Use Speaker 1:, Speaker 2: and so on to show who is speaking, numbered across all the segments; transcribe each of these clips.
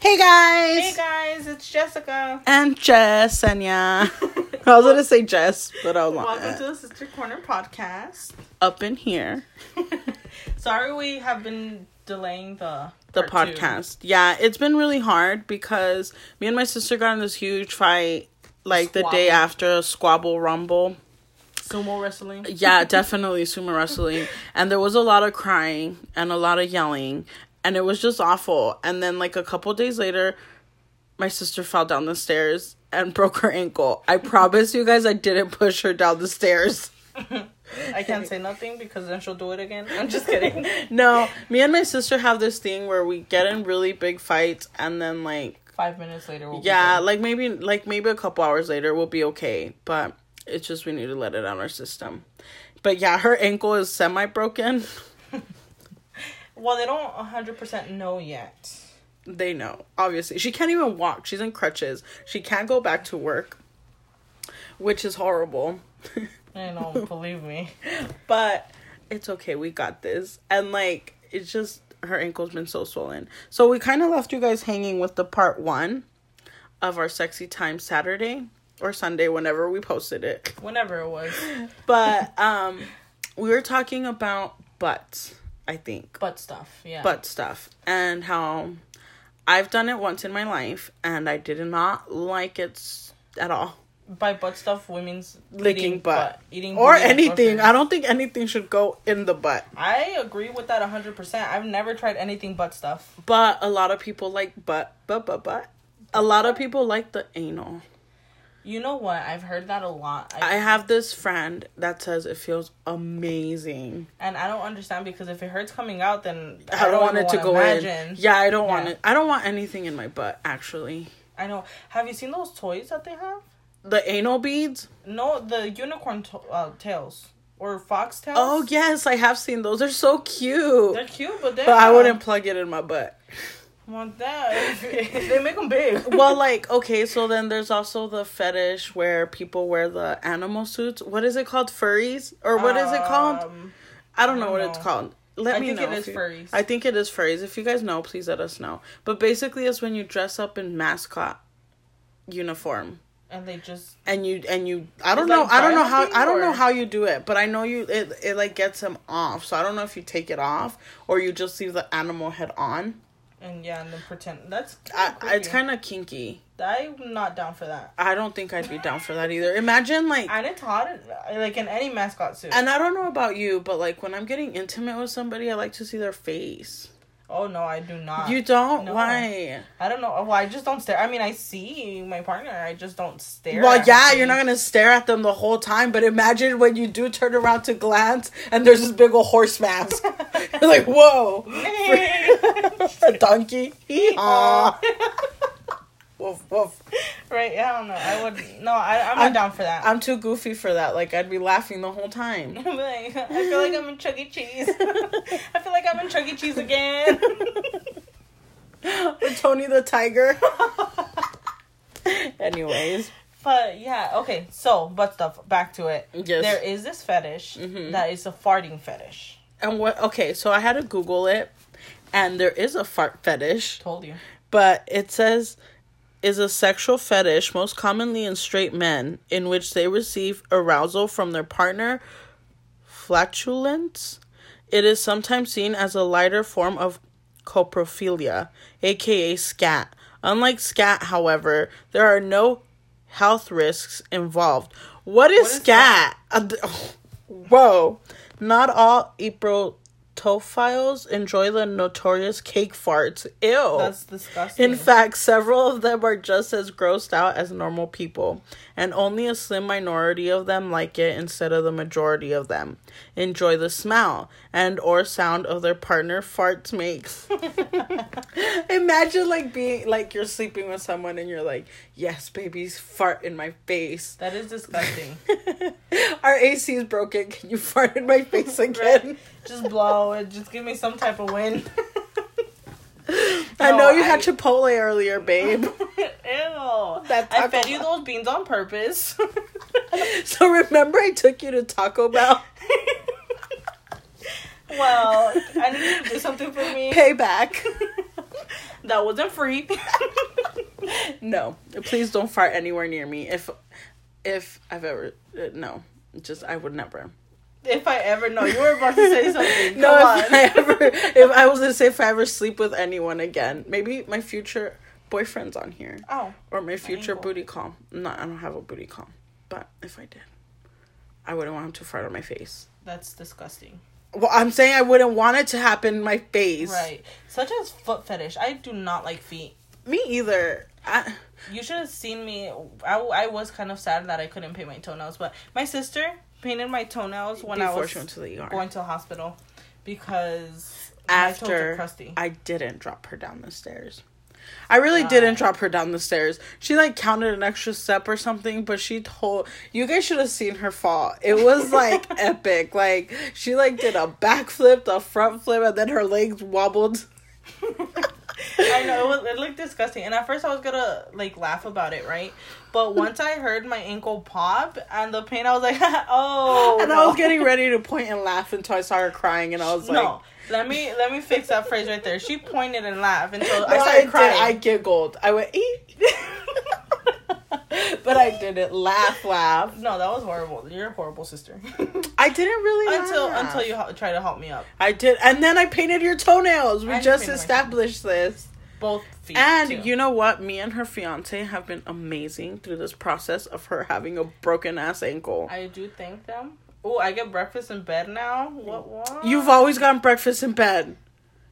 Speaker 1: Hey guys!
Speaker 2: Hey guys, it's Jessica.
Speaker 1: And Jessenia. I was gonna say Jess, but I was
Speaker 2: Welcome to
Speaker 1: like,
Speaker 2: the Sister Corner podcast.
Speaker 1: up in here.
Speaker 2: Sorry we have been delaying the
Speaker 1: The
Speaker 2: part two.
Speaker 1: podcast. Yeah, it's been really hard because me and my sister got in this huge fight like the day
Speaker 2: Squabble.
Speaker 1: after a squabble rumble.
Speaker 2: Sumo wrestling.
Speaker 1: Yeah, definitely sumo wrestling. And there was a lot of crying and a lot of yelling. And it was just awful. And then, like, a couple days later, my sister fell down the stairs and broke her ankle. I promise you guys, I didn't push her down the stairs.
Speaker 2: I can't say nothing because then she'll do it again. I'm just kidding.
Speaker 1: No, me and my sister have this thing where we get in really big fights and then like
Speaker 2: Five minutes later. We'll be
Speaker 1: yeah,
Speaker 2: good.
Speaker 1: like maybe like maybe a couple hours later we'll be okay, but it's just we need to let it out our system. But yeah, her ankle is semi broken.
Speaker 2: Well, they don't 100% know yet.
Speaker 1: They know. Obviously, she can't even walk. She's in crutches. She can't go back to work, which is horrible.
Speaker 2: I know, believe me.
Speaker 1: but it's okay we got this and like it's just her ankle's been so swollen so we kind of left you guys hanging with the part one of our sexy time saturday or sunday whenever we posted it
Speaker 2: Whenever it was.
Speaker 1: but um we were talking about butts i think
Speaker 2: Butt stuff, yeah.
Speaker 1: butt stuff and how i've done it once in my life and i did not like it s- at all
Speaker 2: By butt stuff, we means
Speaker 1: Licking
Speaker 2: eating
Speaker 1: butt.
Speaker 2: Eating
Speaker 1: or
Speaker 2: booty and
Speaker 1: anything
Speaker 2: orphans.
Speaker 1: i don't think anything should go in the butt
Speaker 2: I agree with that 100%. I've never tried anything but stuff.
Speaker 1: But a lot of people like butt, but but but. A lot of people like the anal.
Speaker 2: You know what? I've heard that a lot.
Speaker 1: I
Speaker 2: I,
Speaker 1: have this friend that says it feels amazing.
Speaker 2: and I don't understand because if it hurts coming out, then
Speaker 1: I don't, want it to go in.
Speaker 2: Yeah,
Speaker 1: Yeah, I don't want
Speaker 2: Yeah.
Speaker 1: it. I don't want anything in my butt. Actually,
Speaker 2: I know. Have you seen those toys that they have?
Speaker 1: the anal beads.
Speaker 2: No, the unicorn to- uh, tails or fox tails.
Speaker 1: Oh yes, I have seen those. They're so cute.
Speaker 2: they're cute, but they.
Speaker 1: but I wouldn't plug it in my butt.
Speaker 2: want that. they make them big.
Speaker 1: well, like okay, so then there's also the fetish where people wear the animal suits. What is it called? Furries or what is it called?
Speaker 2: Um,
Speaker 1: I don't know
Speaker 2: don't
Speaker 1: what it's
Speaker 2: know.
Speaker 1: called. Let
Speaker 2: I
Speaker 1: me
Speaker 2: think
Speaker 1: know.
Speaker 2: it
Speaker 1: if
Speaker 2: is
Speaker 1: you-
Speaker 2: furries.
Speaker 1: I think it is furries. If you guys know, please let us know. But basically, it's when you dress up in mascot uniform
Speaker 2: and they just
Speaker 1: and you and you. I don't
Speaker 2: Is
Speaker 1: know.
Speaker 2: that
Speaker 1: I don't know how.
Speaker 2: driving
Speaker 1: I don't know
Speaker 2: or-
Speaker 1: how you do it, but I know you. It it like gets him off. So I don't know if you take it off or you just leave the animal head on.
Speaker 2: and yeah, and then pretend that's.
Speaker 1: I, it's
Speaker 2: creepy.
Speaker 1: kind of kinky.
Speaker 2: I'm not down for that.
Speaker 1: I don't think I'd be down for that either. Imagine like.
Speaker 2: And it's hot, uh, like in any mascot suit.
Speaker 1: and I don't know about you, but like when I'm getting intimate with somebody, I like to see their face.
Speaker 2: oh no, I do not.
Speaker 1: You don't?
Speaker 2: No.
Speaker 1: Why?
Speaker 2: I don't know. Well, I just don't stare. I mean, I see my partner. I just don't stare.
Speaker 1: Well,
Speaker 2: at
Speaker 1: yeah,
Speaker 2: him.
Speaker 1: you're not gonna stare at them the whole time, but imagine when you do turn around to glance and there's this big old horse mask. you're like, whoa, a donkey, hee-haw. woof woof.
Speaker 2: right? Yeah, I don't know. I would no. I, I'm not
Speaker 1: I'm-
Speaker 2: down for that.
Speaker 1: I'm too goofy for that. Like I'd be laughing the whole time.
Speaker 2: I'm like, I feel like I'm in Chuck E. Cheese. I feel like I'm in Chuck E. Cheese again.
Speaker 1: With Tony the Tiger. Anyways,
Speaker 2: but yeah, okay. So butt stuff. Back to it.
Speaker 1: Yes. Mm-hmm.
Speaker 2: There is this fetish that is a farting fetish.
Speaker 1: and what? Okay, so I had to Google it, and there is a fart fetish.
Speaker 2: Told you.
Speaker 1: but it says is a sexual fetish most commonly in straight men in which they receive arousal from their partner flatulence it is sometimes seen as a lighter form of coprophilia aka scat unlike scat however there are no health risks involved what is,
Speaker 2: is
Speaker 1: scat Uh, d- whoa not all Eprotophiles enjoy the notorious cake farts. Ew.
Speaker 2: That's disgusting.
Speaker 1: In fact, several of them are just as grossed out as normal people, and only a slim minority of them like it instead of the majority of them. Enjoy the smell and or sound of their partner farts makes. Imagine like being like you're sleeping with someone and you're like, "Yes, babies, fart in my face."
Speaker 2: that is disgusting.
Speaker 1: Our AC is broken. Can you fart in my face again?
Speaker 2: just blow it. Just give me some type of wind.
Speaker 1: I know
Speaker 2: No,
Speaker 1: you had
Speaker 2: I-
Speaker 1: Chipotle earlier, babe.
Speaker 2: Ew.
Speaker 1: That
Speaker 2: I
Speaker 1: Taco
Speaker 2: fed you
Speaker 1: Bell.
Speaker 2: those beans on purpose.
Speaker 1: so remember I took you to Taco Bell?
Speaker 2: well, I need you to do something for me.
Speaker 1: Payback.
Speaker 2: That wasn't free.
Speaker 1: No, please don't fart anywhere near me. If if I've ever uh, no, just I would never.
Speaker 2: if I ever know, you were about to say something.
Speaker 1: No,
Speaker 2: Come
Speaker 1: if
Speaker 2: on.
Speaker 1: I ever if I was to say if I ever sleep with anyone again, maybe my future boyfriend's on here
Speaker 2: oh,
Speaker 1: or my future
Speaker 2: ankle.
Speaker 1: booty call. No, I don't have a booty call, but if I did, I wouldn't want him to fart on my face.
Speaker 2: that's disgusting.
Speaker 1: Well, I'm saying I wouldn't want it to happen in my face.
Speaker 2: Right. Such as foot fetish. I do not like feet.
Speaker 1: Me either. I,
Speaker 2: You should have seen me. I, I was kind of sad that I couldn't paint my toenails, but my sister painted my toenails when
Speaker 1: before
Speaker 2: I was
Speaker 1: she went to the ER.
Speaker 2: going to the hospital because my toes
Speaker 1: after
Speaker 2: are crusty.
Speaker 1: I didn't drop her down the stairs. I really
Speaker 2: Why?
Speaker 1: didn't drop her down the stairs. She like counted an extra step or something, but she told you guys should have seen her fall. It was like epic. Like she like did a backflip, a front flip, and then her legs wobbled.
Speaker 2: I know it, was, it looked disgusting, and at first I was gonna like laugh about it, right? But once I heard my ankle pop and the pain, I was like, oh.
Speaker 1: And I
Speaker 2: no.
Speaker 1: was getting ready to point and laugh until I saw her crying, and I was like,
Speaker 2: no. Let me let me fix that phrase right there. She pointed and laughed until
Speaker 1: No,
Speaker 2: I started
Speaker 1: did.
Speaker 2: crying.
Speaker 1: I giggled. I went, "Ee." but I didn't laugh, laugh.
Speaker 2: no, that was horrible. You're a horrible sister.
Speaker 1: I didn't really
Speaker 2: until
Speaker 1: laugh.
Speaker 2: until you hel- try to help me up,
Speaker 1: I did, and then I painted your toenails. We
Speaker 2: I
Speaker 1: just
Speaker 2: painted my
Speaker 1: established this.
Speaker 2: both feet.
Speaker 1: And
Speaker 2: too.
Speaker 1: you know what? Me and her fiance have been amazing through this process of her having a broken ass ankle.
Speaker 2: I do thank them. Oh, I get breakfast in bed now. What? what?
Speaker 1: You've always gotten breakfast in bed.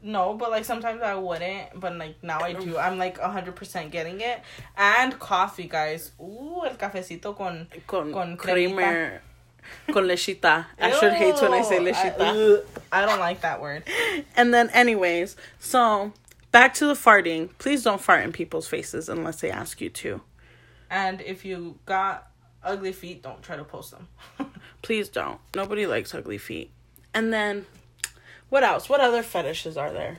Speaker 2: no, but like sometimes I wouldn't, but like now I do. I'm like hundred percent getting it. And coffee, guys. Ooh, el cafecito con.
Speaker 1: Con,
Speaker 2: Con
Speaker 1: creamer. Con lechita. I sure hates when I say
Speaker 2: Ew,
Speaker 1: lechita.
Speaker 2: ugh, I don't like that word.
Speaker 1: And then, anyways, so back to the farting. Please don't fart in people's faces unless they ask you to.
Speaker 2: And if you got ugly feet, don't try to post them.
Speaker 1: Please don't. Nobody likes ugly feet. And then, what else? What other fetishes are there?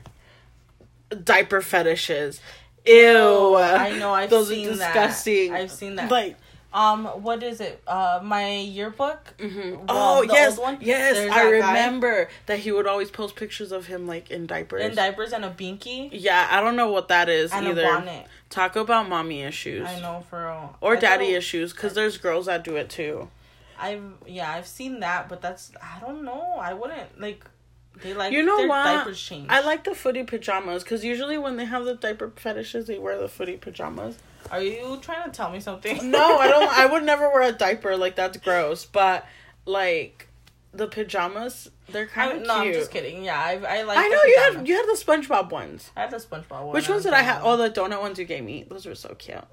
Speaker 1: Diaper fetishes. Ew.
Speaker 2: Oh, I know. I've
Speaker 1: Those
Speaker 2: seen
Speaker 1: are disgusting.
Speaker 2: that. I've seen that.
Speaker 1: Like,
Speaker 2: um, what is it? Uh, my yearbook. Well,
Speaker 1: oh
Speaker 2: the
Speaker 1: yes,
Speaker 2: old one.
Speaker 1: yes.
Speaker 2: There's
Speaker 1: I
Speaker 2: that guy
Speaker 1: remember that he would always post pictures of him like in diapers.
Speaker 2: In diapers and a binky
Speaker 1: yeah, I don't know what that is
Speaker 2: and
Speaker 1: either.
Speaker 2: a bonnet.
Speaker 1: Talk about mommy issues.
Speaker 2: I know for real.
Speaker 1: Or
Speaker 2: I
Speaker 1: daddy
Speaker 2: don't-
Speaker 1: issues, because there's girls that do it too.
Speaker 2: I've yeah, I've seen that, but that's I don't know. I wouldn't like. They like
Speaker 1: You know
Speaker 2: their
Speaker 1: what?
Speaker 2: diapers change.
Speaker 1: I like the footy pajamas because usually when they have the diaper fetishes, they wear the footy pajamas.
Speaker 2: Are you trying to tell me something?
Speaker 1: No, I don't. I would never wear a diaper. Like that's gross. But like the pajamas, they're
Speaker 2: I,
Speaker 1: kind of
Speaker 2: no,
Speaker 1: cute.
Speaker 2: I'm just kidding. Yeah, I I like.
Speaker 1: I
Speaker 2: the
Speaker 1: know you
Speaker 2: pajamas.
Speaker 1: had you had the SpongeBob ones.
Speaker 2: I had the SpongeBob one.
Speaker 1: Which
Speaker 2: and
Speaker 1: ones
Speaker 2: the
Speaker 1: did I have?
Speaker 2: Donut
Speaker 1: Oh, the donut ones you gave me. Those were so cute.
Speaker 2: one.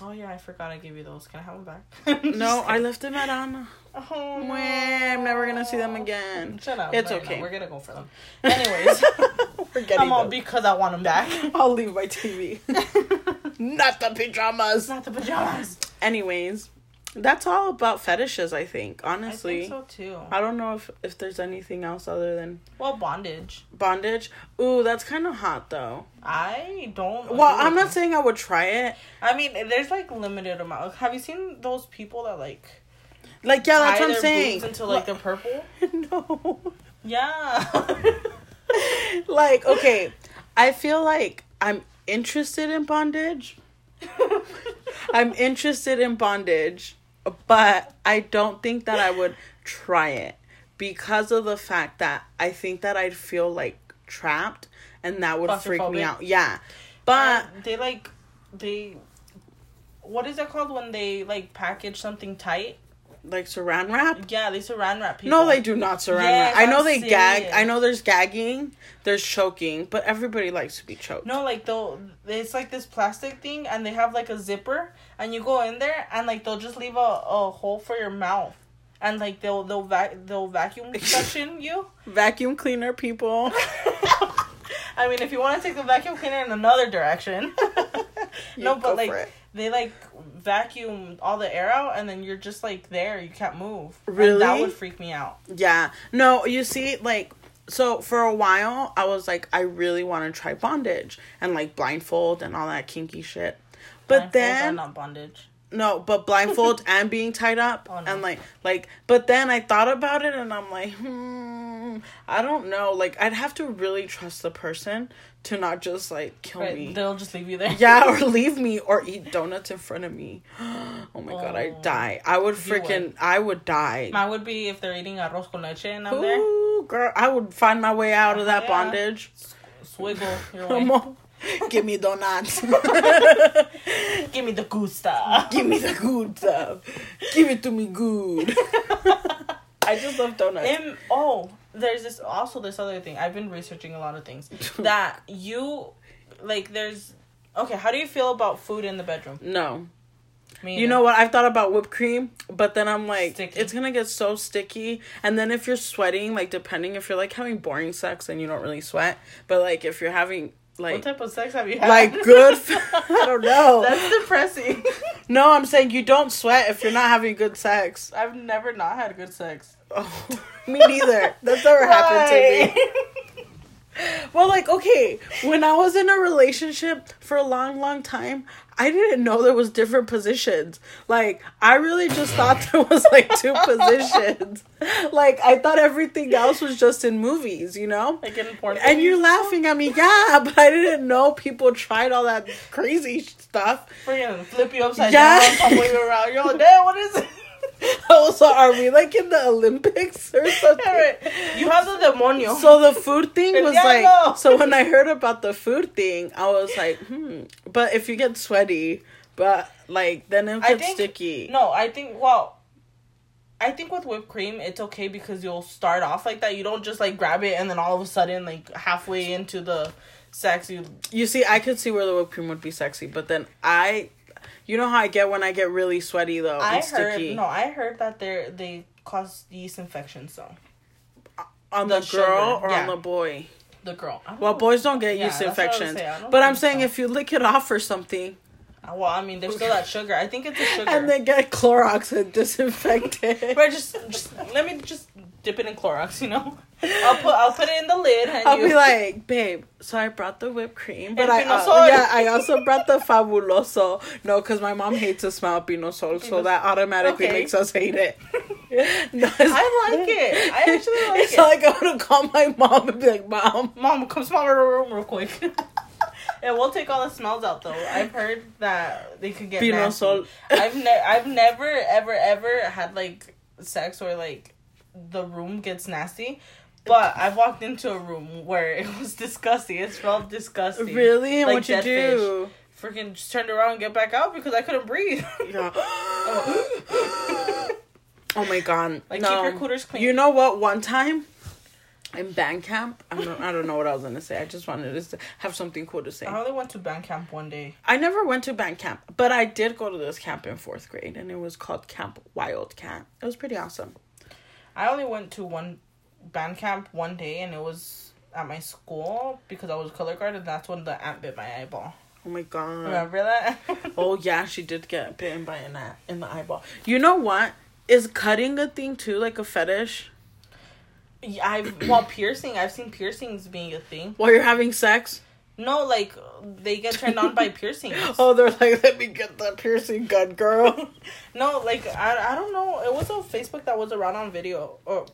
Speaker 2: Oh yeah, I forgot I gave you those. Can I have them back?
Speaker 1: No, I left them at Anna.
Speaker 2: Oh,
Speaker 1: Mwah, I'm never gonna see them again.
Speaker 2: Shut up.
Speaker 1: It's
Speaker 2: no, you're
Speaker 1: okay.
Speaker 2: not. We're gonna go for them. Anyways,
Speaker 1: We're getting
Speaker 2: I'm all
Speaker 1: them.
Speaker 2: because I want them back.
Speaker 1: I'll leave my TV. Not the pajamas.
Speaker 2: Not the pajamas.
Speaker 1: anyways that's all about fetishes i think honestly I,
Speaker 2: I think so too.
Speaker 1: don't know if if there's anything else other than
Speaker 2: Well, bondage.
Speaker 1: bondage ooh that's kind of hot though
Speaker 2: I don't.
Speaker 1: well
Speaker 2: agree
Speaker 1: i'm
Speaker 2: with
Speaker 1: not saying i would try it
Speaker 2: you. I mean, there's like limited amount. Have you seen those people that like
Speaker 1: like yeah that's
Speaker 2: tie
Speaker 1: what i'm
Speaker 2: their
Speaker 1: saying
Speaker 2: boobs into like they're purple?
Speaker 1: no
Speaker 2: Yeah.
Speaker 1: like okay i feel like i'm interested in bondage i'm interested in bondage but i don't think that i would try it because of the fact that i think that i'd feel like trapped and that would freak me
Speaker 2: Claustrophobic?
Speaker 1: out yeah but
Speaker 2: Um, they like they. What is that called when they like package something tight?
Speaker 1: like saran wrap
Speaker 2: Yeah, they saran wrap people.
Speaker 1: no, they do not saran
Speaker 2: Yes,
Speaker 1: wrap. I know
Speaker 2: I'm
Speaker 1: they gag.
Speaker 2: serious.
Speaker 1: I know there's gagging, there's choking, but everybody likes to be choked.
Speaker 2: No, like they'll it's like this plastic thing, and they have like a zipper, and you go in there, and like they'll just leave a, a hole for your mouth, and like they'll they'll vac they'll vacuum suction you.
Speaker 1: Vacuum cleaner people.
Speaker 2: I mean, if you want to take the vacuum cleaner in another direction, no,
Speaker 1: You go
Speaker 2: but like
Speaker 1: for it.
Speaker 2: they like vacuum all the air out, and then you're just like there, you can't move. And that
Speaker 1: Really?
Speaker 2: would freak me out.
Speaker 1: Yeah. No, you see, like, so for a while, I was like, I really want to try bondage and like blindfold and all that kinky shit. But
Speaker 2: Blindfolds are
Speaker 1: then
Speaker 2: not bondage.
Speaker 1: no, but blindfold and being tied up
Speaker 2: Oh, no.
Speaker 1: and like like. But then I thought about it and I'm like, hmm, I don't know. Like I'd have to really trust the person to not just like kill
Speaker 2: Right,
Speaker 1: me.
Speaker 2: They'll just leave you there.
Speaker 1: yeah, or leave me or eat donuts in front of me. Oh my god, I'd die. I would
Speaker 2: You would.
Speaker 1: freaking I would die.
Speaker 2: Mine would be if they're eating arroz con leche and I'm there.
Speaker 1: Ooh, girl, I would find my way out of that
Speaker 2: Yeah.
Speaker 1: bondage.
Speaker 2: Swiggle your
Speaker 1: Come
Speaker 2: way.
Speaker 1: on. Give me donuts.
Speaker 2: Give me the good stuff.
Speaker 1: Give me the good stuff. Give it to me good. I just love donuts.
Speaker 2: Im- oh, there's this also this other thing. I've been researching a lot of things that you like. There's okay. How do you feel about food in the bedroom?
Speaker 1: no.
Speaker 2: Me
Speaker 1: You know what? I've thought about whipped cream, but then I'm like,
Speaker 2: Sticky.
Speaker 1: it's gonna get so sticky. And then if you're sweating, like depending if you're like having boring sex and you don't really sweat, but like if you're having
Speaker 2: what
Speaker 1: like
Speaker 2: type of sex have you had?
Speaker 1: like good, I don't know.
Speaker 2: That's depressing.
Speaker 1: no, I'm saying you don't sweat if you're not having good sex.
Speaker 2: I've never not had good sex.
Speaker 1: Oh, me neither. That's never happened to me. Well, like, okay, when I was in a relationship for a long, long time, I didn't know there was different positions. Like, I really just thought there was like two positions. Like, I thought everything else was just in movies, you know?
Speaker 2: Like in porn.
Speaker 1: And you're
Speaker 2: movies.
Speaker 1: laughing at me, yeah, but I didn't know people tried all that crazy stuff.
Speaker 2: Freaking flip you upside
Speaker 1: Yeah.
Speaker 2: down, tumble you around. You're like, damn, what is it?
Speaker 1: Also, are we like in the Olympics or something?
Speaker 2: Alright, You have the demonio.
Speaker 1: So the food thing was
Speaker 2: Yeah, I know.
Speaker 1: like. So when I heard about the food thing, I was like, hmm. But if you get sweaty, but like then it
Speaker 2: I
Speaker 1: gets
Speaker 2: think-
Speaker 1: sticky.
Speaker 2: no, I think well, I think with whipped cream it's okay because you'll start off like that. You don't just like grab it and then all of a sudden like halfway into the sex you
Speaker 1: You see, I could see where the whipped cream would be sexy, but then I, you know how I get when I get really sweaty though.
Speaker 2: I
Speaker 1: and
Speaker 2: heard
Speaker 1: sticky.
Speaker 2: no, I heard that they they cause yeast infections so
Speaker 1: on the,
Speaker 2: the sugar,
Speaker 1: girl or
Speaker 2: yeah.
Speaker 1: on the boy.
Speaker 2: the girl. I don't
Speaker 1: Well,
Speaker 2: know.
Speaker 1: boys don't get
Speaker 2: Yeah,
Speaker 1: yeast
Speaker 2: that's what I was
Speaker 1: infections,
Speaker 2: saying. I don't
Speaker 1: but I'm
Speaker 2: think
Speaker 1: saying
Speaker 2: so.
Speaker 1: if you lick it off or something
Speaker 2: Ah, Well, I mean, there's still that sugar. I think it's a sugar.
Speaker 1: and then get Clorox and disinfect it.
Speaker 2: But just, just let me just dip it in Clorox, you know. I'll put I'll put it in the lid. And
Speaker 1: I'll
Speaker 2: you,
Speaker 1: be like, babe. So I brought the whipped cream, but
Speaker 2: And
Speaker 1: I
Speaker 2: Pino
Speaker 1: uh,
Speaker 2: Sol.
Speaker 1: yeah, I also brought the fabuloso. No, because my mom hates to smell Pino Sol, so
Speaker 2: Pino-
Speaker 1: that automatically
Speaker 2: Okay.
Speaker 1: makes us hate it.
Speaker 2: I like it. I actually like
Speaker 1: it's
Speaker 2: it.
Speaker 1: So I go to call my mom and be like, "Mom,
Speaker 2: Mom, come smell her room real quick. it will take all the smells out though. I've heard that they could get
Speaker 1: Pino
Speaker 2: nasty.
Speaker 1: Sol."
Speaker 2: I've ne- I've never ever ever had like sex or like the room gets nasty. But I've walked into a room where it was disgusting. It smelled disgusting.
Speaker 1: really? And
Speaker 2: Like
Speaker 1: what you
Speaker 2: dead
Speaker 1: do?"
Speaker 2: Freaking just turned around and get back out because I couldn't breathe.
Speaker 1: Yeah. oh. my god!
Speaker 2: Like,
Speaker 1: no.
Speaker 2: keep your cooters clean.
Speaker 1: You know what? One time. In band camp, I don't, I don't know what I was gonna say. I just wanted to s- have something cool to say.
Speaker 2: I only went to band camp one day.
Speaker 1: I never went to band camp, but I did go to this camp in fourth grade, and it was called Camp Wildcat. It was pretty awesome.
Speaker 2: I only went to one band camp one day, and it was at my school because I was color guard, and that's when the ant bit my eyeball.
Speaker 1: Oh my god!
Speaker 2: Remember that?
Speaker 1: Oh yeah, she did get bitten by an ant in the eyeball. You know what? Is cutting a thing too like a fetish?
Speaker 2: Yeah, I've well piercing. I've seen piercings being a thing.
Speaker 1: While you're having sex?
Speaker 2: No, like they get turned on by piercings.
Speaker 1: Oh, they're like, let me get that piercing gun, girl.
Speaker 2: No, like I, I don't know. It was on Facebook that was around on video or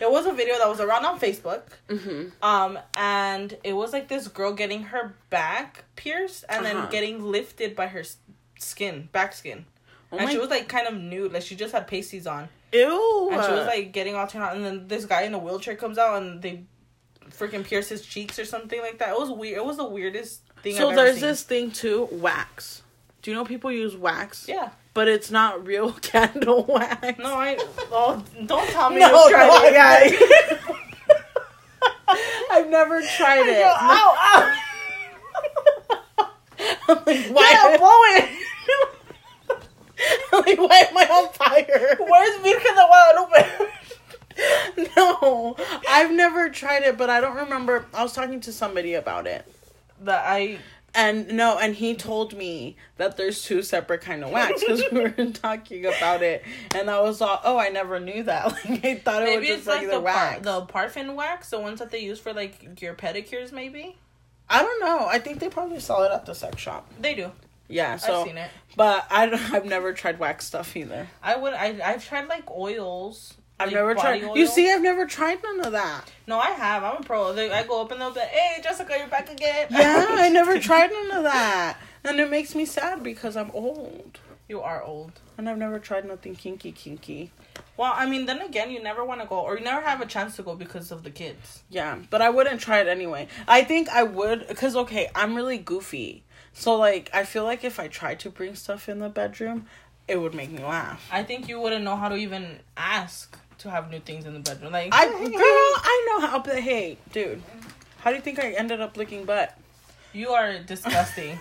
Speaker 2: it was a video that was around on Facebook. Mm-hmm. Um and it was like this girl getting her back pierced and
Speaker 1: Uh-huh.
Speaker 2: then getting lifted by her s- skin, back skin.
Speaker 1: Oh
Speaker 2: and
Speaker 1: my,
Speaker 2: she was like kind of nude, like she just had pasties on.
Speaker 1: ew.
Speaker 2: And she was like getting all turned on and then this guy in a wheelchair comes out and they freaking pierce his cheeks or something like that. It was weird. It was the weirdest thing
Speaker 1: so
Speaker 2: I've ever
Speaker 1: there's
Speaker 2: seen.
Speaker 1: this thing too, wax. Do you know people use wax?
Speaker 2: Yeah.
Speaker 1: But it's not real candle wax.
Speaker 2: No, I oh, don't tell me
Speaker 1: No,
Speaker 2: you tried
Speaker 1: no,
Speaker 2: it.
Speaker 1: I- I've never tried
Speaker 2: Yo,
Speaker 1: it.
Speaker 2: ow, ow.
Speaker 1: I'm like,
Speaker 2: Yeah,
Speaker 1: why?
Speaker 2: blow it.
Speaker 1: I'm like, why am I on fire?
Speaker 2: Where's Virgen de Guadalupe?
Speaker 1: No, I've never tried it, but I don't remember. I was talking to somebody about it,
Speaker 2: that I
Speaker 1: and no, and he told me that there's two separate kind of wax because we were talking about it, and I was all, oh, I never knew that. Like I thought it
Speaker 2: maybe
Speaker 1: was just
Speaker 2: it's like
Speaker 1: regular
Speaker 2: the par-
Speaker 1: wax.
Speaker 2: the parfum wax, the ones that they use for like your pedicures. Maybe
Speaker 1: I don't know. I think they probably sell it at the sex shop.
Speaker 2: they do.
Speaker 1: Yeah, so
Speaker 2: I've seen it.
Speaker 1: but I don't, I've never tried wax stuff either.
Speaker 2: I would. I I've tried like oils.
Speaker 1: I've
Speaker 2: Like
Speaker 1: never
Speaker 2: body
Speaker 1: tried.
Speaker 2: oil?
Speaker 1: You see, I've never tried none of that.
Speaker 2: No, I have. I'm a pro. They, I go up and they'll be like, hey, Jessica, you're back again.
Speaker 1: Yeah, I never tried none of that, and it makes me sad because I'm old
Speaker 2: You are old.
Speaker 1: and I've never tried nothing kinky kinky.
Speaker 2: Well, I mean, then again, you never want to go or you never have a chance to go because of the kids.
Speaker 1: Yeah, but I wouldn't try it anyway. I think I would because okay, I'm really goofy, so like I feel like if I tried to bring stuff in the bedroom, it would make me laugh.
Speaker 2: I think you wouldn't know how to even ask to have new things in the bedroom. Like,
Speaker 1: I girl, I know how. But hey, dude, how do you think I ended up licking butt?
Speaker 2: you are disgusting.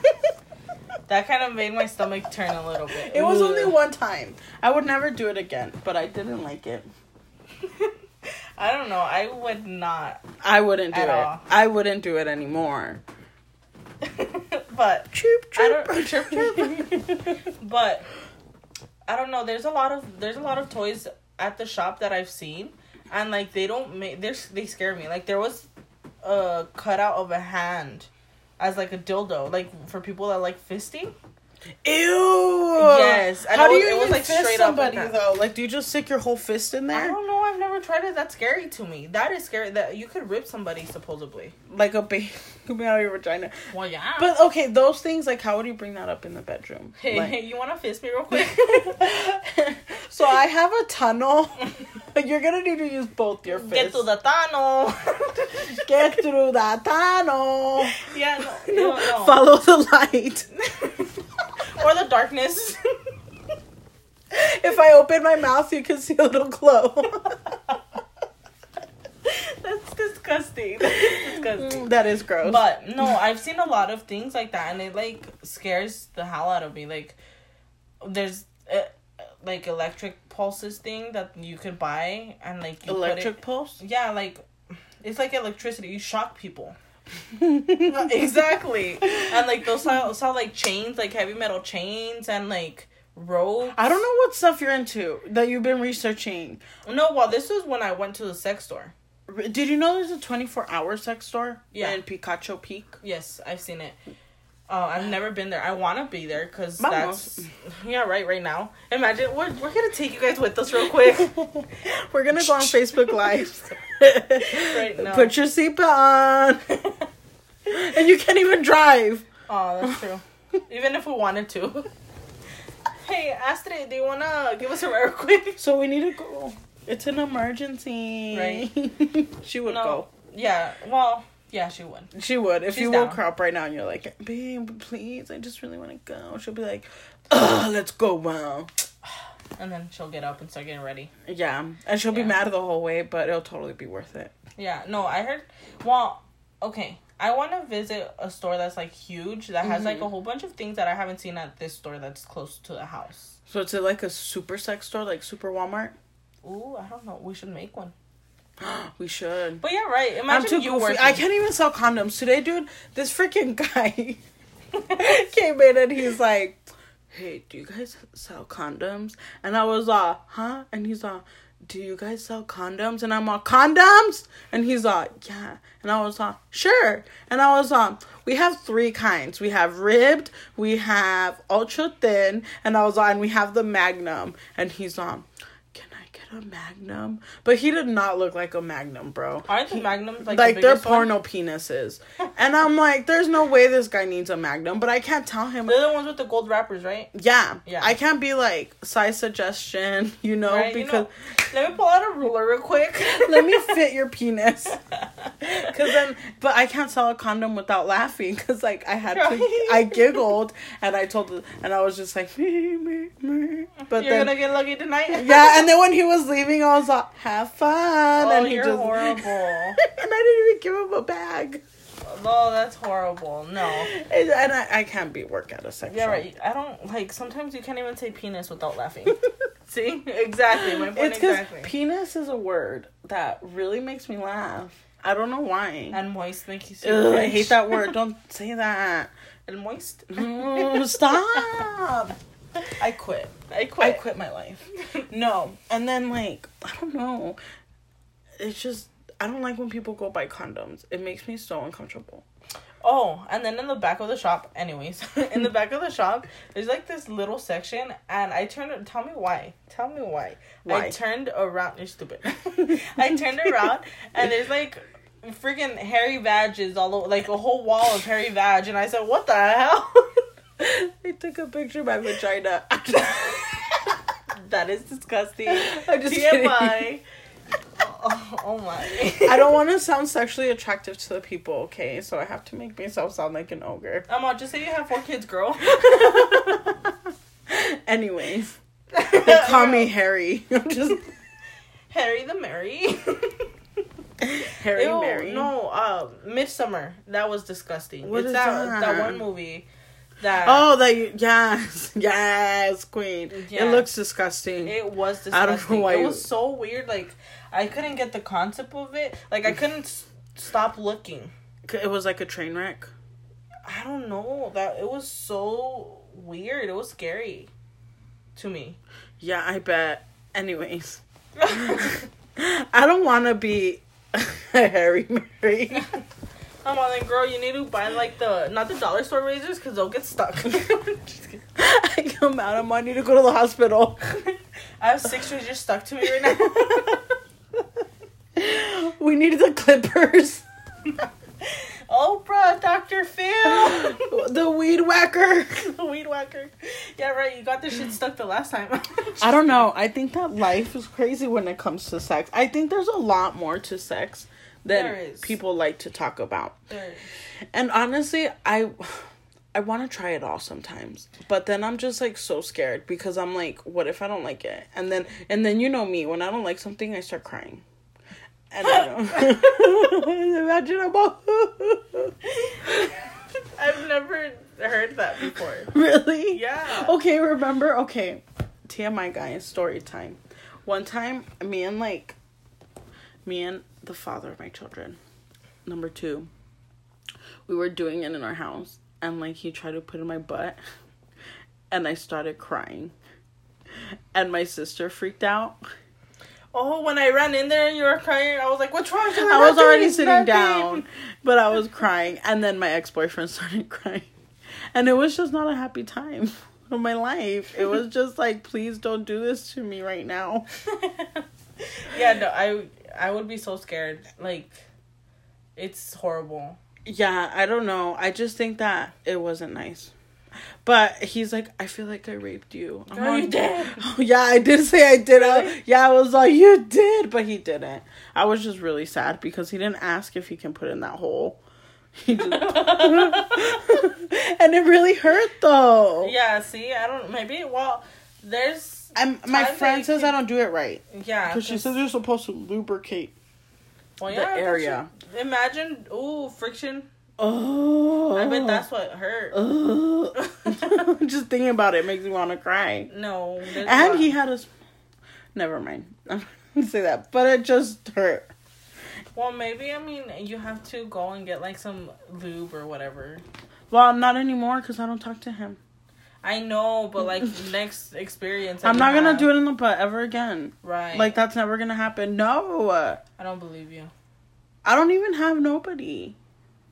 Speaker 2: that kind of made my stomach turn a little bit.
Speaker 1: It was
Speaker 2: Ugh.
Speaker 1: only one time. I would never do it again, but I didn't like it.
Speaker 2: I don't know. I would not.
Speaker 1: I wouldn't do
Speaker 2: At
Speaker 1: it.
Speaker 2: all.
Speaker 1: I wouldn't do it anymore.
Speaker 2: but
Speaker 1: Chirp
Speaker 2: I
Speaker 1: chirp
Speaker 2: don't-
Speaker 1: chirp chirp.
Speaker 2: but I don't know. There's a lot of there's a lot of toys at the shop that I've seen, and like they don't make they they scare me. Like there was a cutout of a hand as like a dildo, like for people that like fisting.
Speaker 1: Ew.
Speaker 2: Yes, and
Speaker 1: How
Speaker 2: it
Speaker 1: do
Speaker 2: was-
Speaker 1: you
Speaker 2: it was,
Speaker 1: even
Speaker 2: like,
Speaker 1: fist
Speaker 2: straight up like
Speaker 1: somebody
Speaker 2: that.
Speaker 1: though? Like, do you just stick your whole fist in
Speaker 2: I
Speaker 1: there
Speaker 2: don't know. I've never tried it. That's scary to me. That is scary. That you could rip somebody supposedly.
Speaker 1: like a baby coming out of your vagina?
Speaker 2: Well, yeah. But
Speaker 1: But okay, those things like how would you bring that up in the bedroom?
Speaker 2: hey,
Speaker 1: Like-
Speaker 2: you want to fist me real quick?
Speaker 1: so I have a tunnel. Like you're gonna need to use both your fists.
Speaker 2: Get to the tunnel.
Speaker 1: Get through that tunnel.
Speaker 2: yeah. No. no, no.
Speaker 1: Follow the light.
Speaker 2: or the darkness.
Speaker 1: If I open my mouth, you can see a little glow.
Speaker 2: That's disgusting. That's disgusting.
Speaker 1: that is gross.
Speaker 2: But no, I've seen a lot of things like that, and it like scares the hell out of me. Like, there's uh, like electric pulses thing that you could buy, and like you put it-
Speaker 1: electric pulse.
Speaker 2: yeah, like it's like electricity. You shock people. exactly, and like those saw, saw like chains, like heavy metal chains, and like rope.
Speaker 1: I don't know what stuff you're into that you've been researching.
Speaker 2: No, well, this was when I went to the sex store.
Speaker 1: R- Did you know there's a 24 hour sex store
Speaker 2: Yeah.
Speaker 1: in Picacho Peak?
Speaker 2: Yes, I've seen it. Oh, I've never been there. I want to be there because
Speaker 1: Vamos.
Speaker 2: that's yeah, right. Right now, imagine we're we're gonna take you guys with us real quick.
Speaker 1: We're gonna go on Facebook Live.
Speaker 2: right now.
Speaker 1: Put your seatbelt on, and you can't even drive.
Speaker 2: oh, that's true. Even if we wanted to. Hey, Astrid, do you wanna give us a real quick?
Speaker 1: So we need to go. It's an emergency.
Speaker 2: Right.
Speaker 1: she would
Speaker 2: No. Yeah. Well, yeah, she would.
Speaker 1: go. She would. If
Speaker 2: She's
Speaker 1: you woke
Speaker 2: down.
Speaker 1: her up right now and you're like, babe, please, I just really want to go. She'll be like, Ugh, let's go, wow.
Speaker 2: And then she'll get up and start getting ready.
Speaker 1: Yeah. And she'll be
Speaker 2: Yeah.
Speaker 1: mad the whole way, but it'll totally be worth it.
Speaker 2: Yeah. No, I heard. Well, okay. I want to visit a store that's like huge that has like a whole bunch of things that I haven't seen at this store that's close to the house.
Speaker 1: So it's like a super sex store, like Super Walmart.
Speaker 2: Ooh, I don't know. We should make one.
Speaker 1: We should.
Speaker 2: But yeah, right.
Speaker 1: I'm
Speaker 2: Imagine
Speaker 1: too
Speaker 2: you
Speaker 1: goofy.
Speaker 2: working.
Speaker 1: I can't even sell condoms today, dude. This freaking guy came in and he's like, "Hey, do you guys sell condoms?" And I was uh, "Huh?" And he's uh, "Do you guys sell condoms?" And I'm all, "Condoms?" And he's uh, "Yeah." And I was uh, "Sure." And I was um, "We have three kinds. We have ribbed, we have ultra thin, and I was on. we have the magnum." And he's on. Can I get a magnum? But he did not look like a magnum, bro
Speaker 2: Aren't the magnums like,
Speaker 1: like
Speaker 2: the
Speaker 1: they're
Speaker 2: biggest one?
Speaker 1: porno penises. and I'm like, there's no way this guy needs a magnum, but I can't tell him.
Speaker 2: They're the ones with the gold wrappers, right?
Speaker 1: Yeah,
Speaker 2: Yeah.
Speaker 1: I can't be like size suggestion, you know,
Speaker 2: right? You
Speaker 1: because
Speaker 2: know- let me pull out a ruler real quick.
Speaker 1: let me fit your penis. Cause then, but I can't sell a condom without laughing. Cause like I had to,
Speaker 2: Right.
Speaker 1: I giggled and I told, the- and I was just like, meh, meh, meh. but
Speaker 2: You're
Speaker 1: then.
Speaker 2: gonna get lucky tonight.
Speaker 1: yeah, and then when he was leaving, I was like, "Have fun,"
Speaker 2: Oh,
Speaker 1: and he
Speaker 2: you're
Speaker 1: just
Speaker 2: horrible.
Speaker 1: and I didn't even give him a bag.
Speaker 2: No, that's horrible. No.
Speaker 1: And, and I, I can't be work at a sex
Speaker 2: Oh. Yeah,
Speaker 1: shop.
Speaker 2: right. I don't like. Sometimes you can't even say penis without laughing. See, exactly. My point
Speaker 1: It's because
Speaker 2: exactly.
Speaker 1: penis is a word that really makes me laugh. I don't know why.
Speaker 2: and moist makes you. so
Speaker 1: Ugh, I
Speaker 2: rich.
Speaker 1: hate that word. Don't say that.
Speaker 2: And moist.
Speaker 1: Mm, Stop. I quit.
Speaker 2: I quit.
Speaker 1: I quit my life. No. And then, like, I don't know. It's just, I don't like when people go buy condoms. It makes me so uncomfortable.
Speaker 2: Oh, and then in the back of the shop, anyways, in the back of the shop, there's like this little section, and I turned. Tell me why. Tell me why.
Speaker 1: Why?
Speaker 2: I turned around. You're stupid. I turned around, and there's like freaking Harry badges all over, like a whole wall of Harry badge, and I said, "What the hell?"
Speaker 1: I took a picture of my vagina.
Speaker 2: that is disgusting.
Speaker 1: I'm just
Speaker 2: TMI. oh, oh my.
Speaker 1: I don't want to sound sexually attractive to the people, okay? So I have to make myself sound like an ogre.
Speaker 2: I'm all, just say you have four kids, girl.
Speaker 1: Anyways, they call me Harry. I'm just
Speaker 2: Harry the Merry.
Speaker 1: Harry
Speaker 2: Ew,
Speaker 1: Mary.
Speaker 2: No, uh, Midsummer. That was disgusting.
Speaker 1: What
Speaker 2: it's
Speaker 1: is
Speaker 2: that,
Speaker 1: that?
Speaker 2: that one movie that
Speaker 1: Oh, that you, yes, yes, queen.
Speaker 2: Yeah.
Speaker 1: It looks disgusting.
Speaker 2: it was disgusting.
Speaker 1: I don't know why
Speaker 2: it
Speaker 1: you-
Speaker 2: was so weird. Like I couldn't get the concept of it. Like I couldn't s- stop looking.
Speaker 1: it was like a train wreck.
Speaker 2: I don't know that it was so weird. It was scary to me.
Speaker 1: Yeah, I bet. Anyways, I don't want to be a Harry Mary.
Speaker 2: Come on, then, girl. You need to buy like the not the dollar store razors because they'll get stuck. Just kidding.
Speaker 1: I come out. I'm. I need to go to the hospital.
Speaker 2: I have six razors stuck to me right now.
Speaker 1: we need the clippers.
Speaker 2: Oprah, Dr. Phil,
Speaker 1: the weed whacker.
Speaker 2: the weed whacker. Yeah, right. You got this shit stuck the last time.
Speaker 1: I don't know. I think that life is crazy when it comes to sex. I think there's a lot more to sex
Speaker 2: There
Speaker 1: than
Speaker 2: is.
Speaker 1: people like to talk about.
Speaker 2: There.
Speaker 1: And honestly, I I want to try it all sometimes. But then I'm just like so scared because I'm like what if I don't like it? And then and then you know me, when I don't like something I start crying. And I don't. Imagine I'm all
Speaker 2: I've never heard that before.
Speaker 1: Really?
Speaker 2: Yeah.
Speaker 1: Okay, remember? Okay. TMI guys, story time. One time, me and like, me and the father of my children, number two, we were doing it in our house and like he tried to put in my butt and I started crying. And my sister freaked out.
Speaker 2: Oh, when I ran in there and you were crying, I was like, "What's wrong?" She's like,
Speaker 1: I was
Speaker 2: "Nothing,
Speaker 1: already sitting
Speaker 2: nothing."
Speaker 1: down, but I was crying. And then my ex boyfriend started crying. And it was just not a happy time of my life. It was just like, please don't do this to me right now.
Speaker 2: yeah, no, I I would be so scared. Like, it's horrible.
Speaker 1: Yeah, I don't know. I just think that it wasn't nice. But he's like, I feel like I raped you. I'm
Speaker 2: Girl,
Speaker 1: all,
Speaker 2: you did.
Speaker 1: Oh, yeah, I did say I did. I-
Speaker 2: Really?
Speaker 1: yeah, I was like, you did, but he didn't. I was just really sad because he didn't ask if he can put in that hole. He just, and it really hurt though.
Speaker 2: Yeah. See, I don't. Maybe. Well, there's.
Speaker 1: And my
Speaker 2: Times that
Speaker 1: friend
Speaker 2: you
Speaker 1: says I
Speaker 2: can-
Speaker 1: don't do it right
Speaker 2: Yeah.
Speaker 1: because she
Speaker 2: 'cause-
Speaker 1: says you're supposed to lubricate.
Speaker 2: well,
Speaker 1: the
Speaker 2: yeah, that's
Speaker 1: area.
Speaker 2: true. Imagine. Ooh, friction.
Speaker 1: Oh, Uh,
Speaker 2: I bet that's what hurt.
Speaker 1: Ugh. Oh. just thinking about it makes me want to cry.
Speaker 2: No. there's
Speaker 1: And
Speaker 2: not.
Speaker 1: he had a. s- Never mind. I'm gonna say that, but it just hurt.
Speaker 2: Well, maybe I mean you have to go and get like some lube or whatever.
Speaker 1: Well, not anymore because I don't talk to him.
Speaker 2: I know, but like next experience.
Speaker 1: I'm not gonna do it in the butt ever again.
Speaker 2: Right.
Speaker 1: Like that's never gonna happen. No,
Speaker 2: I don't believe you.
Speaker 1: I don't even have nobody.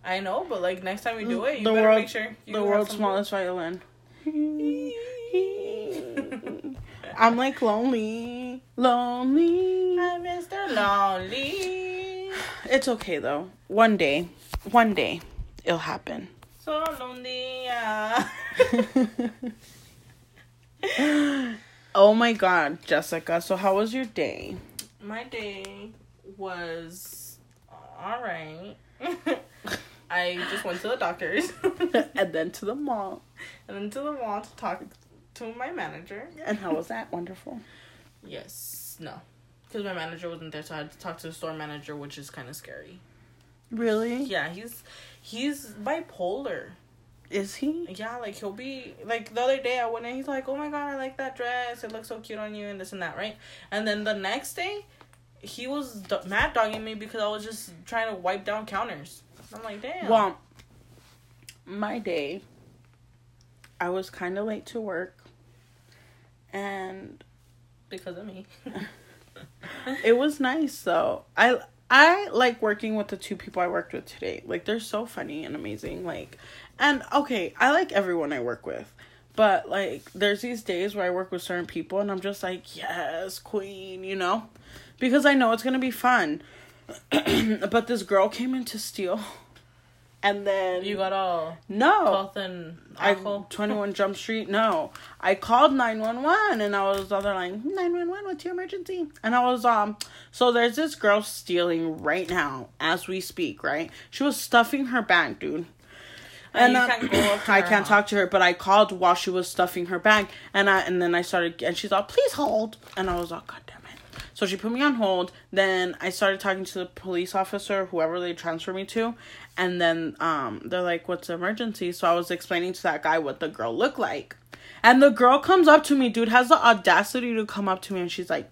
Speaker 2: I know, but like next time you do it, you
Speaker 1: The
Speaker 2: better
Speaker 1: world-
Speaker 2: make sure you
Speaker 1: the
Speaker 2: have
Speaker 1: world's
Speaker 2: some-
Speaker 1: smallest violin. I'm like lonely, lonely.
Speaker 2: I'm Mr. Lonely,
Speaker 1: It's okay though. One day, one day, it'll happen.
Speaker 2: so lonely. Yeah.
Speaker 1: oh my god, Jessica. So how was your day?
Speaker 2: My day was all right. I just went to the doctor's
Speaker 1: and then to the mall.
Speaker 2: and then to the mall to talk to my manager.
Speaker 1: And how was that? Wonderful.
Speaker 2: Yes. No. Because my manager wasn't there, so I had to talk to the store manager, which is kind of scary.
Speaker 1: Really?
Speaker 2: Yeah, he's he's bipolar.
Speaker 1: Is he?
Speaker 2: Yeah, like he'll be like the other day I went and he's like, "Oh my god, I like that dress. It looks so cute on you," and this and that, right? And then the next day, he was d- mad dogging me because I was just trying to wipe down counters. I'm like, damn.
Speaker 1: Well, my day, I was kind of late to work. And
Speaker 2: because of me.
Speaker 1: it was nice though. I I like working with the two people I worked with today. Like they're so funny and amazing. Like and okay, I like everyone I work with. But like there's these days where I work with certain people and I'm just like, "Yes, queen," you know? Because I know it's going to be fun. but this girl came in to steal. And then
Speaker 2: You got all
Speaker 1: no.
Speaker 2: health and
Speaker 1: I
Speaker 2: alcohol.
Speaker 1: 21 Jump Street. No, I called 911 and I was on the line. 911, what's your emergency? And I was um. So there's this girl stealing right now as we speak. Right, she was stuffing her bag, dude.
Speaker 2: And
Speaker 1: And,
Speaker 2: you
Speaker 1: uh,
Speaker 2: can't go up to
Speaker 1: I
Speaker 2: her,
Speaker 1: can't
Speaker 2: huh?
Speaker 1: talk to her, but I called while she was stuffing her bag, and I and then I started, and she's all, "Please hold," and I was all, "God damn it!" So she put me on hold. Then I started talking to the police officer, whoever they transferred me to, and then um, they're like, "What's the emergency?" So I was explaining to that guy what the girl looked like, and the girl comes up to me, dude, has the audacity to come up to me, and she's like,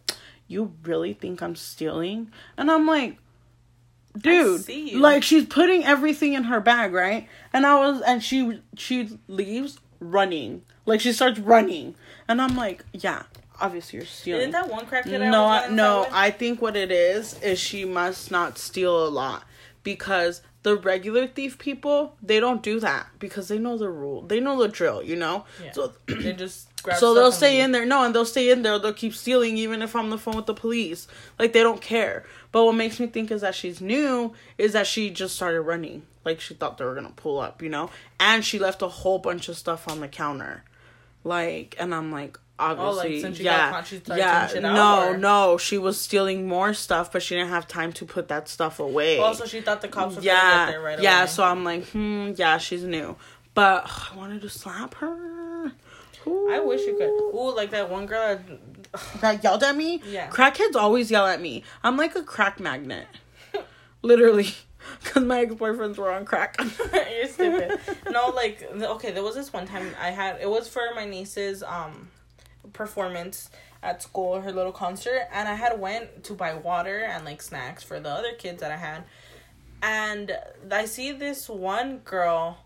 Speaker 1: "You really think I'm stealing?" And I'm like, dude
Speaker 2: see you.
Speaker 1: like she's putting everything in her bag right and i was and she she leaves running like she starts running and i'm like yeah obviously you're stealing
Speaker 2: Isn't that one crackhead?
Speaker 1: no
Speaker 2: I was
Speaker 1: I,
Speaker 2: on the
Speaker 1: no
Speaker 2: side with?
Speaker 1: i think what it is is she must not steal a lot because the regular thief people they don't do that because they know the rule they know the drill you know
Speaker 2: Yeah.
Speaker 1: so
Speaker 2: they just grab
Speaker 1: so
Speaker 2: stuff
Speaker 1: they'll
Speaker 2: and
Speaker 1: stay
Speaker 2: leave.
Speaker 1: in there. No, and they'll stay in there. They'll keep stealing even if I'm on the phone with the police. Like they don't care. But what makes me think is that she's new is that she just started running. Like she thought they were gonna pull up, you know? And she left a whole bunch of stuff on the counter. Like and I'm like obviously
Speaker 2: Oh, since she got
Speaker 1: yeah,
Speaker 2: caught, she started
Speaker 1: yeah,
Speaker 2: taking shit out,
Speaker 1: no,
Speaker 2: or-
Speaker 1: no, she was stealing more stuff, but she didn't have time to put that stuff away
Speaker 2: Also, she thought the cops were
Speaker 1: yeah,
Speaker 2: gonna get there right
Speaker 1: yeah.
Speaker 2: away.
Speaker 1: So I'm like, hmm, yeah, she's new, but ugh, I wanted to slap her.
Speaker 2: I wish you could. Ooh, like that one girl. that-
Speaker 1: That yelled at me.
Speaker 2: Yeah.
Speaker 1: Crackheads always yell at me. I'm like a crack magnet, literally, because my ex boyfriends were on crack.
Speaker 2: You're stupid. no, like th- okay, there was this one time I had it was for my niece's um performance at school, her little concert, and I had went to buy water and like snacks for the other kids that I had. And I see this one girl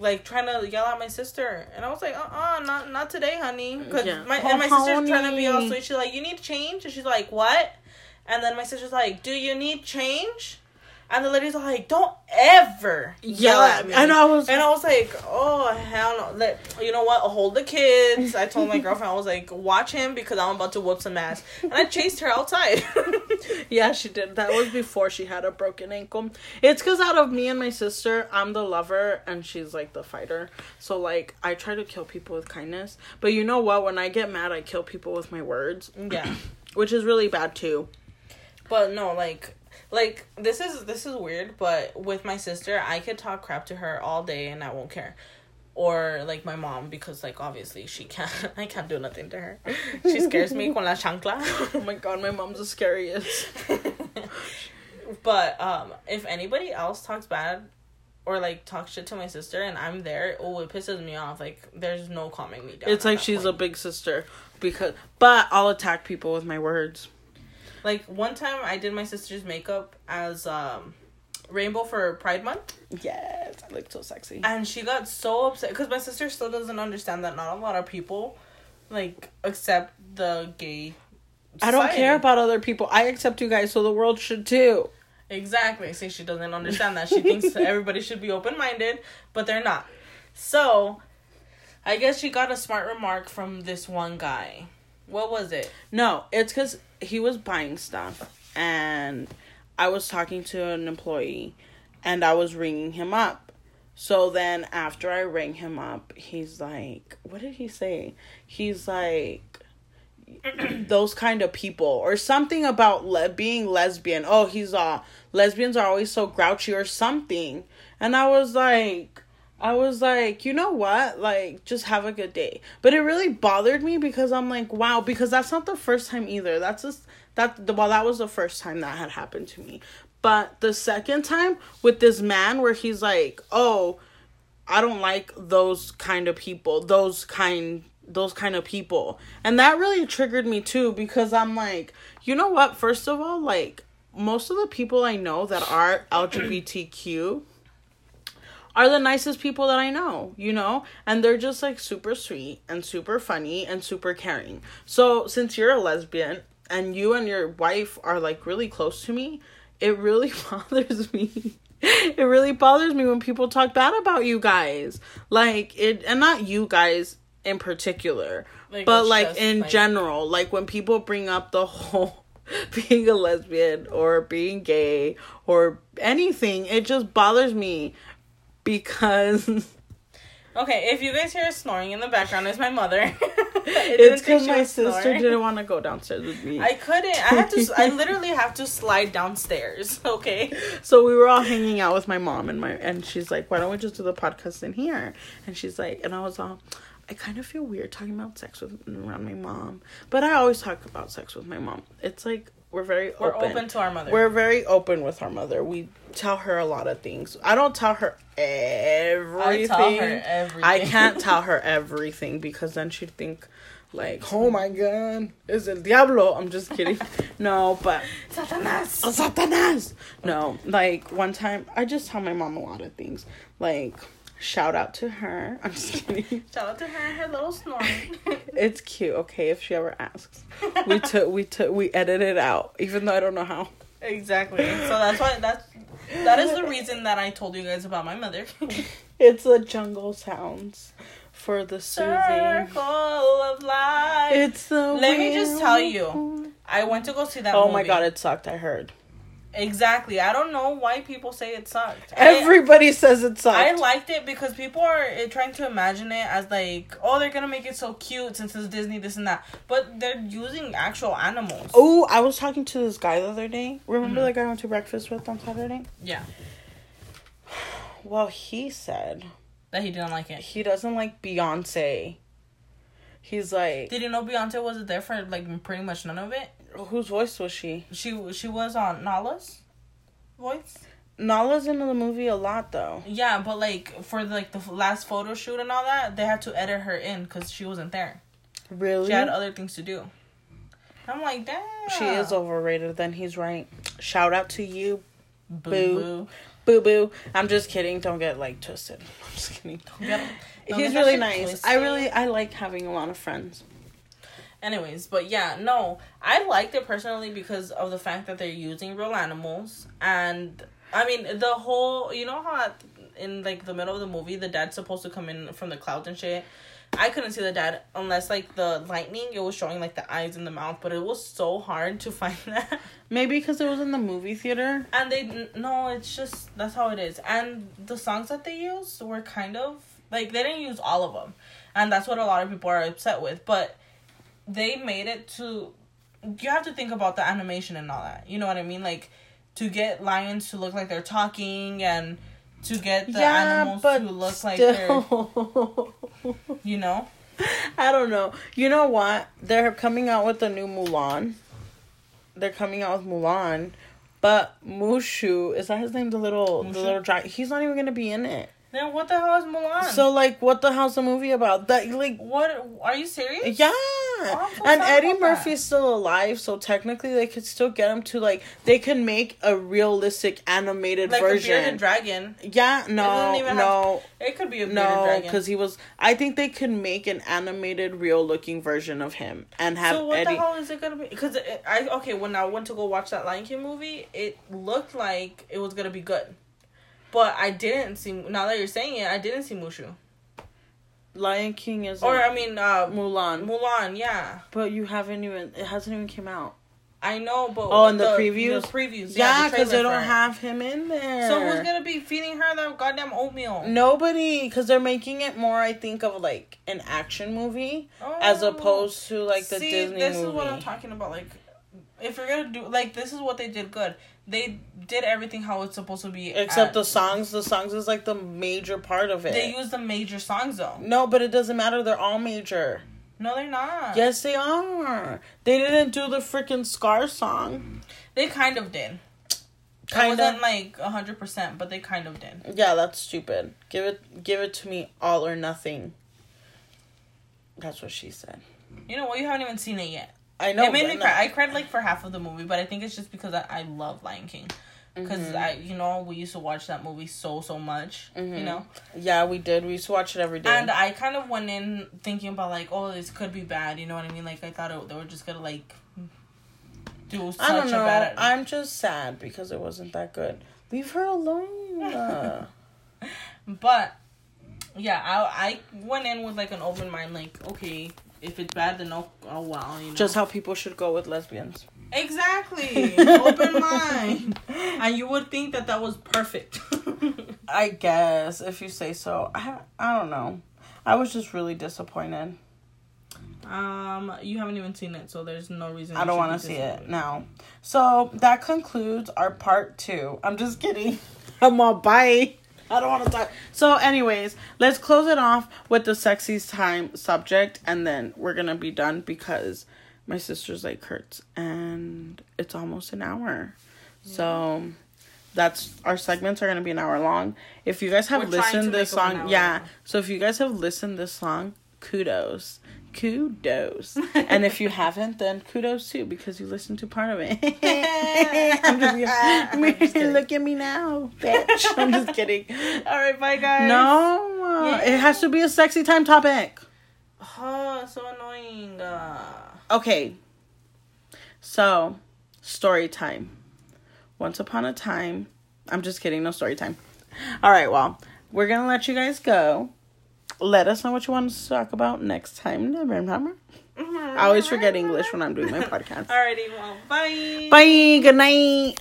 Speaker 2: like trying to yell at my sister, and I was like, "Uh, uh not not today, honey." Cause
Speaker 1: Yeah.
Speaker 2: my and my sister's trying to be
Speaker 1: Honey.
Speaker 2: also. She's like, "You need change," and she's like, "What?" And then my sister's like, "Do you need change?" And the lady's like, "Don't ever yell at me."
Speaker 1: And I was-
Speaker 2: and I was like, "Oh hell no!" Let, you know what? Hold the kids. I told my girlfriend, I was like, "Watch him because I'm about to whoop some ass." And I chased her outside.
Speaker 1: yeah, she did. That was before she had a broken ankle. It's because out of me and my sister, I'm the lover and she's like the fighter. So like, I try to kill people with kindness, but you know what? When I get mad, I kill people with my words,
Speaker 2: yeah,
Speaker 1: which is really bad too.
Speaker 2: but no, like. Like this is this is weird, but with my sister, I could talk crap to her all day and I won't care, or like my mom because like obviously she can't I can't do nothing to her. She scares me con la chancla.
Speaker 1: Oh my god, my mom's the scariest.
Speaker 2: but um, if anybody else talks bad or like talks shit to my sister and I'm there, oh, it pisses me off. Like there's no calming me down.
Speaker 1: It's like she's a big sister because but I'll attack people with my words.
Speaker 2: a like one time I did my sister's makeup as um rainbow for Pride Month,
Speaker 1: Yes, I look so sexy.
Speaker 2: and she got so upset because my sister still doesn't understand that not a lot of people like accept the gay.
Speaker 1: I don't care
Speaker 2: society.
Speaker 1: about other people. I accept you guys, so the world should too.
Speaker 2: Exactly. See, she doesn't understand that. She thinks that everybody should be open minded, but they're not. So, I guess she got a smart remark from this one guy. What was it?
Speaker 1: No, it's because he was buying stuff, and I was talking to an employee, and I was ringing him up. So then, after I rang him up, he's like, "What did he say?" He's like, "Those kind of people," or something about le- being lesbian. Oh, he's uh, lesbians are always so grouchy, or something. And I was like, I was like, you know what? Like, just have a good day. But it really bothered me because I'm like, wow, because that's not the first time either. That's just that. the- Well, that was the first time that had happened to me. But the second time with this man, where he's like, oh, I don't like those kind of people. Those kind those kind of people. And that really triggered me too because I'm like, you know what? First of all, like most of the people I know that are LGBTQ are the nicest people that I know, you know? And they're just like super sweet and super funny and super caring. So, since you're a lesbian and you and your wife are like really close to me, it really bothers me. It really bothers me when people talk bad about you guys. Like it and not you guys in particular,
Speaker 2: Like,
Speaker 1: but
Speaker 2: it's
Speaker 1: like
Speaker 2: just,
Speaker 1: in
Speaker 2: like-
Speaker 1: general, like when people bring up the whole being a lesbian or being gay or anything, it just bothers me because
Speaker 2: Okay, if you guys hear snoring in the background, it's my mother. I didn't
Speaker 1: it's
Speaker 2: think
Speaker 1: because
Speaker 2: she
Speaker 1: my
Speaker 2: was
Speaker 1: sister
Speaker 2: snoring.
Speaker 1: didn't want to go downstairs with me.
Speaker 2: I couldn't. I have to. I literally have to slide downstairs. Okay.
Speaker 1: so we were all hanging out with my mom and my and she's like, "Why don't we just do the podcast in here?" And she's like, and I was all, "I kind of feel weird talking about sex with around my mom, but I always talk about sex with my mom. It's like we're very
Speaker 2: We're open to our mother.
Speaker 1: we're very open with our mother. We tell her a lot of things. I don't tell her everything.
Speaker 2: everything.
Speaker 1: I can't tell her everything because then she'd think like, "Oh my god, is el diablo." I'm just kidding. no, but
Speaker 2: Satanas.
Speaker 1: Satanas. No, like one time I just tell my mom a lot of things. Like shout out to her. I'm just kidding.
Speaker 2: Shout out to her and her little snoring.
Speaker 1: It's cute, okay, if she ever asks. We took we took we edited it out, even though I don't know how.
Speaker 2: exactly. So that's why that's that is the reason that I told you guys about my mother.
Speaker 1: It's the jungle sounds for the soothing.
Speaker 2: Circle of life.
Speaker 1: It's the
Speaker 2: Let me just tell you,
Speaker 1: wind.
Speaker 2: I went to go see that.
Speaker 1: Oh my
Speaker 2: movie.
Speaker 1: god, it sucked, I heard.
Speaker 2: Exactly. I don't know why people say it sucked. I-
Speaker 1: Everybody says it sucked.
Speaker 2: I liked it because people are eh, trying to imagine it as like, oh, they're gonna make it so cute since it's Disney, this and that. But they're using actual animals.
Speaker 1: Oh, I was talking to this guy the other day. Remember the guy I went to breakfast with on Saturday?
Speaker 2: Mm-hmm. Yeah,
Speaker 1: Well, he said
Speaker 2: that he didn't like it.
Speaker 1: he doesn't like Beyonce. He's like,
Speaker 2: Did you know Beyonce wasn't there for like pretty much none of it?
Speaker 1: whose voice was she?
Speaker 2: She she was on Nala's voice.
Speaker 1: Nala's in the movie a lot though.
Speaker 2: Yeah, but like for like the f- last photo shoot and all that, they had to edit her in because she wasn't there.
Speaker 1: Really?
Speaker 2: She had other things to do. I'm like, damn.
Speaker 1: she is overrated. Then he's right. Shout out to you,
Speaker 2: boo
Speaker 1: boo. boo boo. I'm just kidding. Don't get like twisted. I'm just kidding.
Speaker 2: Yep. Don't
Speaker 1: he's
Speaker 2: get
Speaker 1: really
Speaker 2: that
Speaker 1: nice.
Speaker 2: shit
Speaker 1: I
Speaker 2: twisted.
Speaker 1: really I like having a lot of friends.
Speaker 2: Anyways, but yeah, no, I liked it personally because of the fact that they're using real animals, and I mean the whole. You know how at, in like the middle of the movie, the dad's supposed to come in from the clouds and shit. I couldn't see the dad unless like the lightning. It was showing like the eyes and the mouth, but it was so hard to find that.
Speaker 1: Maybe because it was in the movie theater.
Speaker 2: And they didn't- no, it's just that's how it is. And the songs that they used were kind of like they didn't use all of them, and that's what a lot of people are upset with. But they made it to. You have to think about the animation and all that. You know what I mean? Like to get lions to look like they're talking and to get the animals to look like they're
Speaker 1: still.
Speaker 2: you know
Speaker 1: I don't know. You know what? They're coming out with the new Mulan. They're coming out with Mulan, but Mushu is that his name? The little the
Speaker 2: Mushu?
Speaker 1: little dragon. He's not even gonna be in it.
Speaker 2: then what the hell is Mulan?
Speaker 1: So like, what the hell's the movie about? That like,
Speaker 2: what are you serious?
Speaker 1: yeah.
Speaker 2: I'm so
Speaker 1: and
Speaker 2: sad
Speaker 1: Eddie
Speaker 2: about that.
Speaker 1: Murphy's still alive, so technically they could still get him to like they could make a realistic animated
Speaker 2: like the
Speaker 1: version.
Speaker 2: bearded dragon.
Speaker 1: yeah, no,
Speaker 2: even have-
Speaker 1: no,
Speaker 2: It could be a bearded
Speaker 1: no,
Speaker 2: dragon.
Speaker 1: because he was. I think they could make an animated, real-looking version of him and have
Speaker 2: so what
Speaker 1: Eddie.
Speaker 2: the hell is it gonna be? Because I okay when I went to go watch that Lion King movie, it looked like it was gonna be good, but I didn't see. Now that you're saying it, I didn't see Mushu,
Speaker 1: Lion King is
Speaker 2: or
Speaker 1: or
Speaker 2: I mean uh,
Speaker 1: Mulan,
Speaker 2: Mulan. Yeah,
Speaker 1: but you haven't even. It hasn't even came out.
Speaker 2: I know, but
Speaker 1: Oh, and the previews?
Speaker 2: the previews,
Speaker 1: Yeah,
Speaker 2: the
Speaker 1: because they
Speaker 2: trailer
Speaker 1: don't
Speaker 2: for it.
Speaker 1: have him in there.
Speaker 2: So who's gonna be feeding her that goddamn oatmeal?
Speaker 1: Nobody, because they're making it more. I think of like an action movie
Speaker 2: Oh.
Speaker 1: as opposed to like the
Speaker 2: See,
Speaker 1: Disney
Speaker 2: this
Speaker 1: movie.
Speaker 2: is what I'm talking about. Like, if you're gonna do like this is what they did good. They did everything how it's supposed to be.
Speaker 1: Except
Speaker 2: at-
Speaker 1: the songs. The songs is like the major part of it.
Speaker 2: they use the major songs though.
Speaker 1: no, but it doesn't matter. They're all major.
Speaker 2: No, they're not.
Speaker 1: Yes, they are. They didn't do the freaking Scar song.
Speaker 2: They kind of did. it
Speaker 1: Kind
Speaker 2: wasn't
Speaker 1: of.
Speaker 2: like hundred percent, but they kind of did.
Speaker 1: Yeah, that's stupid. Give it, give it to me all or nothing. That's what she said.
Speaker 2: You know what? You haven't even seen it yet.
Speaker 1: I know.
Speaker 2: it made
Speaker 1: but
Speaker 2: me
Speaker 1: no.
Speaker 2: cry. I cried like for half of the movie, but I think it's just because I, I love Lion King. Because
Speaker 1: Mm-hmm.
Speaker 2: I, you know, we used to watch that movie so so much.
Speaker 1: Mm-hmm.
Speaker 2: You know,
Speaker 1: yeah, we did. We used to watch it every day.
Speaker 2: and I kind of went in thinking about like, oh, this could be bad. You know what I mean? Like I thought it, they were just gonna like do such
Speaker 1: I don't know.
Speaker 2: a bad.
Speaker 1: I'm just sad because it wasn't that good. Leave her alone. uh.
Speaker 2: But yeah, I I went in with like an open mind, like okay, if it's bad, then oh, oh well, you know.
Speaker 1: just how people should go with lesbians.
Speaker 2: exactly open mind, and you would think that that was perfect.
Speaker 1: I guess if you say so. I I don't know. I was just really disappointed.
Speaker 2: um, you haven't even seen it, so there's no reason.
Speaker 1: I
Speaker 2: you
Speaker 1: don't
Speaker 2: should
Speaker 1: want
Speaker 2: be
Speaker 1: to see
Speaker 2: disappointed.
Speaker 1: it now. So that concludes our part two. I'm just kidding. I'm all bye. I don't want to talk. So, anyways, let's close it off with the sexy time subject, and then we're gonna be done because my sister's like hurts, and it's almost an hour. So, that's our segments are gonna be an hour long. If you guys have
Speaker 2: We're trying to
Speaker 1: listened this
Speaker 2: make it one
Speaker 1: song,
Speaker 2: hour
Speaker 1: yeah.
Speaker 2: long.
Speaker 1: So if you guys have listened this song, kudos. Kudos. and if you haven't, then kudos too because you listened to part of it. I'm just kidding.
Speaker 2: I'm just kidding.
Speaker 1: Look at me now, bitch. I'm just kidding.
Speaker 2: All right, bye guys.
Speaker 1: No, uh, it has to be a sexy time topic.
Speaker 2: Oh, so annoying. Uh,
Speaker 1: Okay. So, story time. Once upon a time. I'm just kidding, no story time. All right, well, we're going to let you guys go. Let us know what you want us to talk about next time. Remember? I always forget English when I'm doing my podcast.
Speaker 2: Alrighty, well, bye.
Speaker 1: Bye. Good night.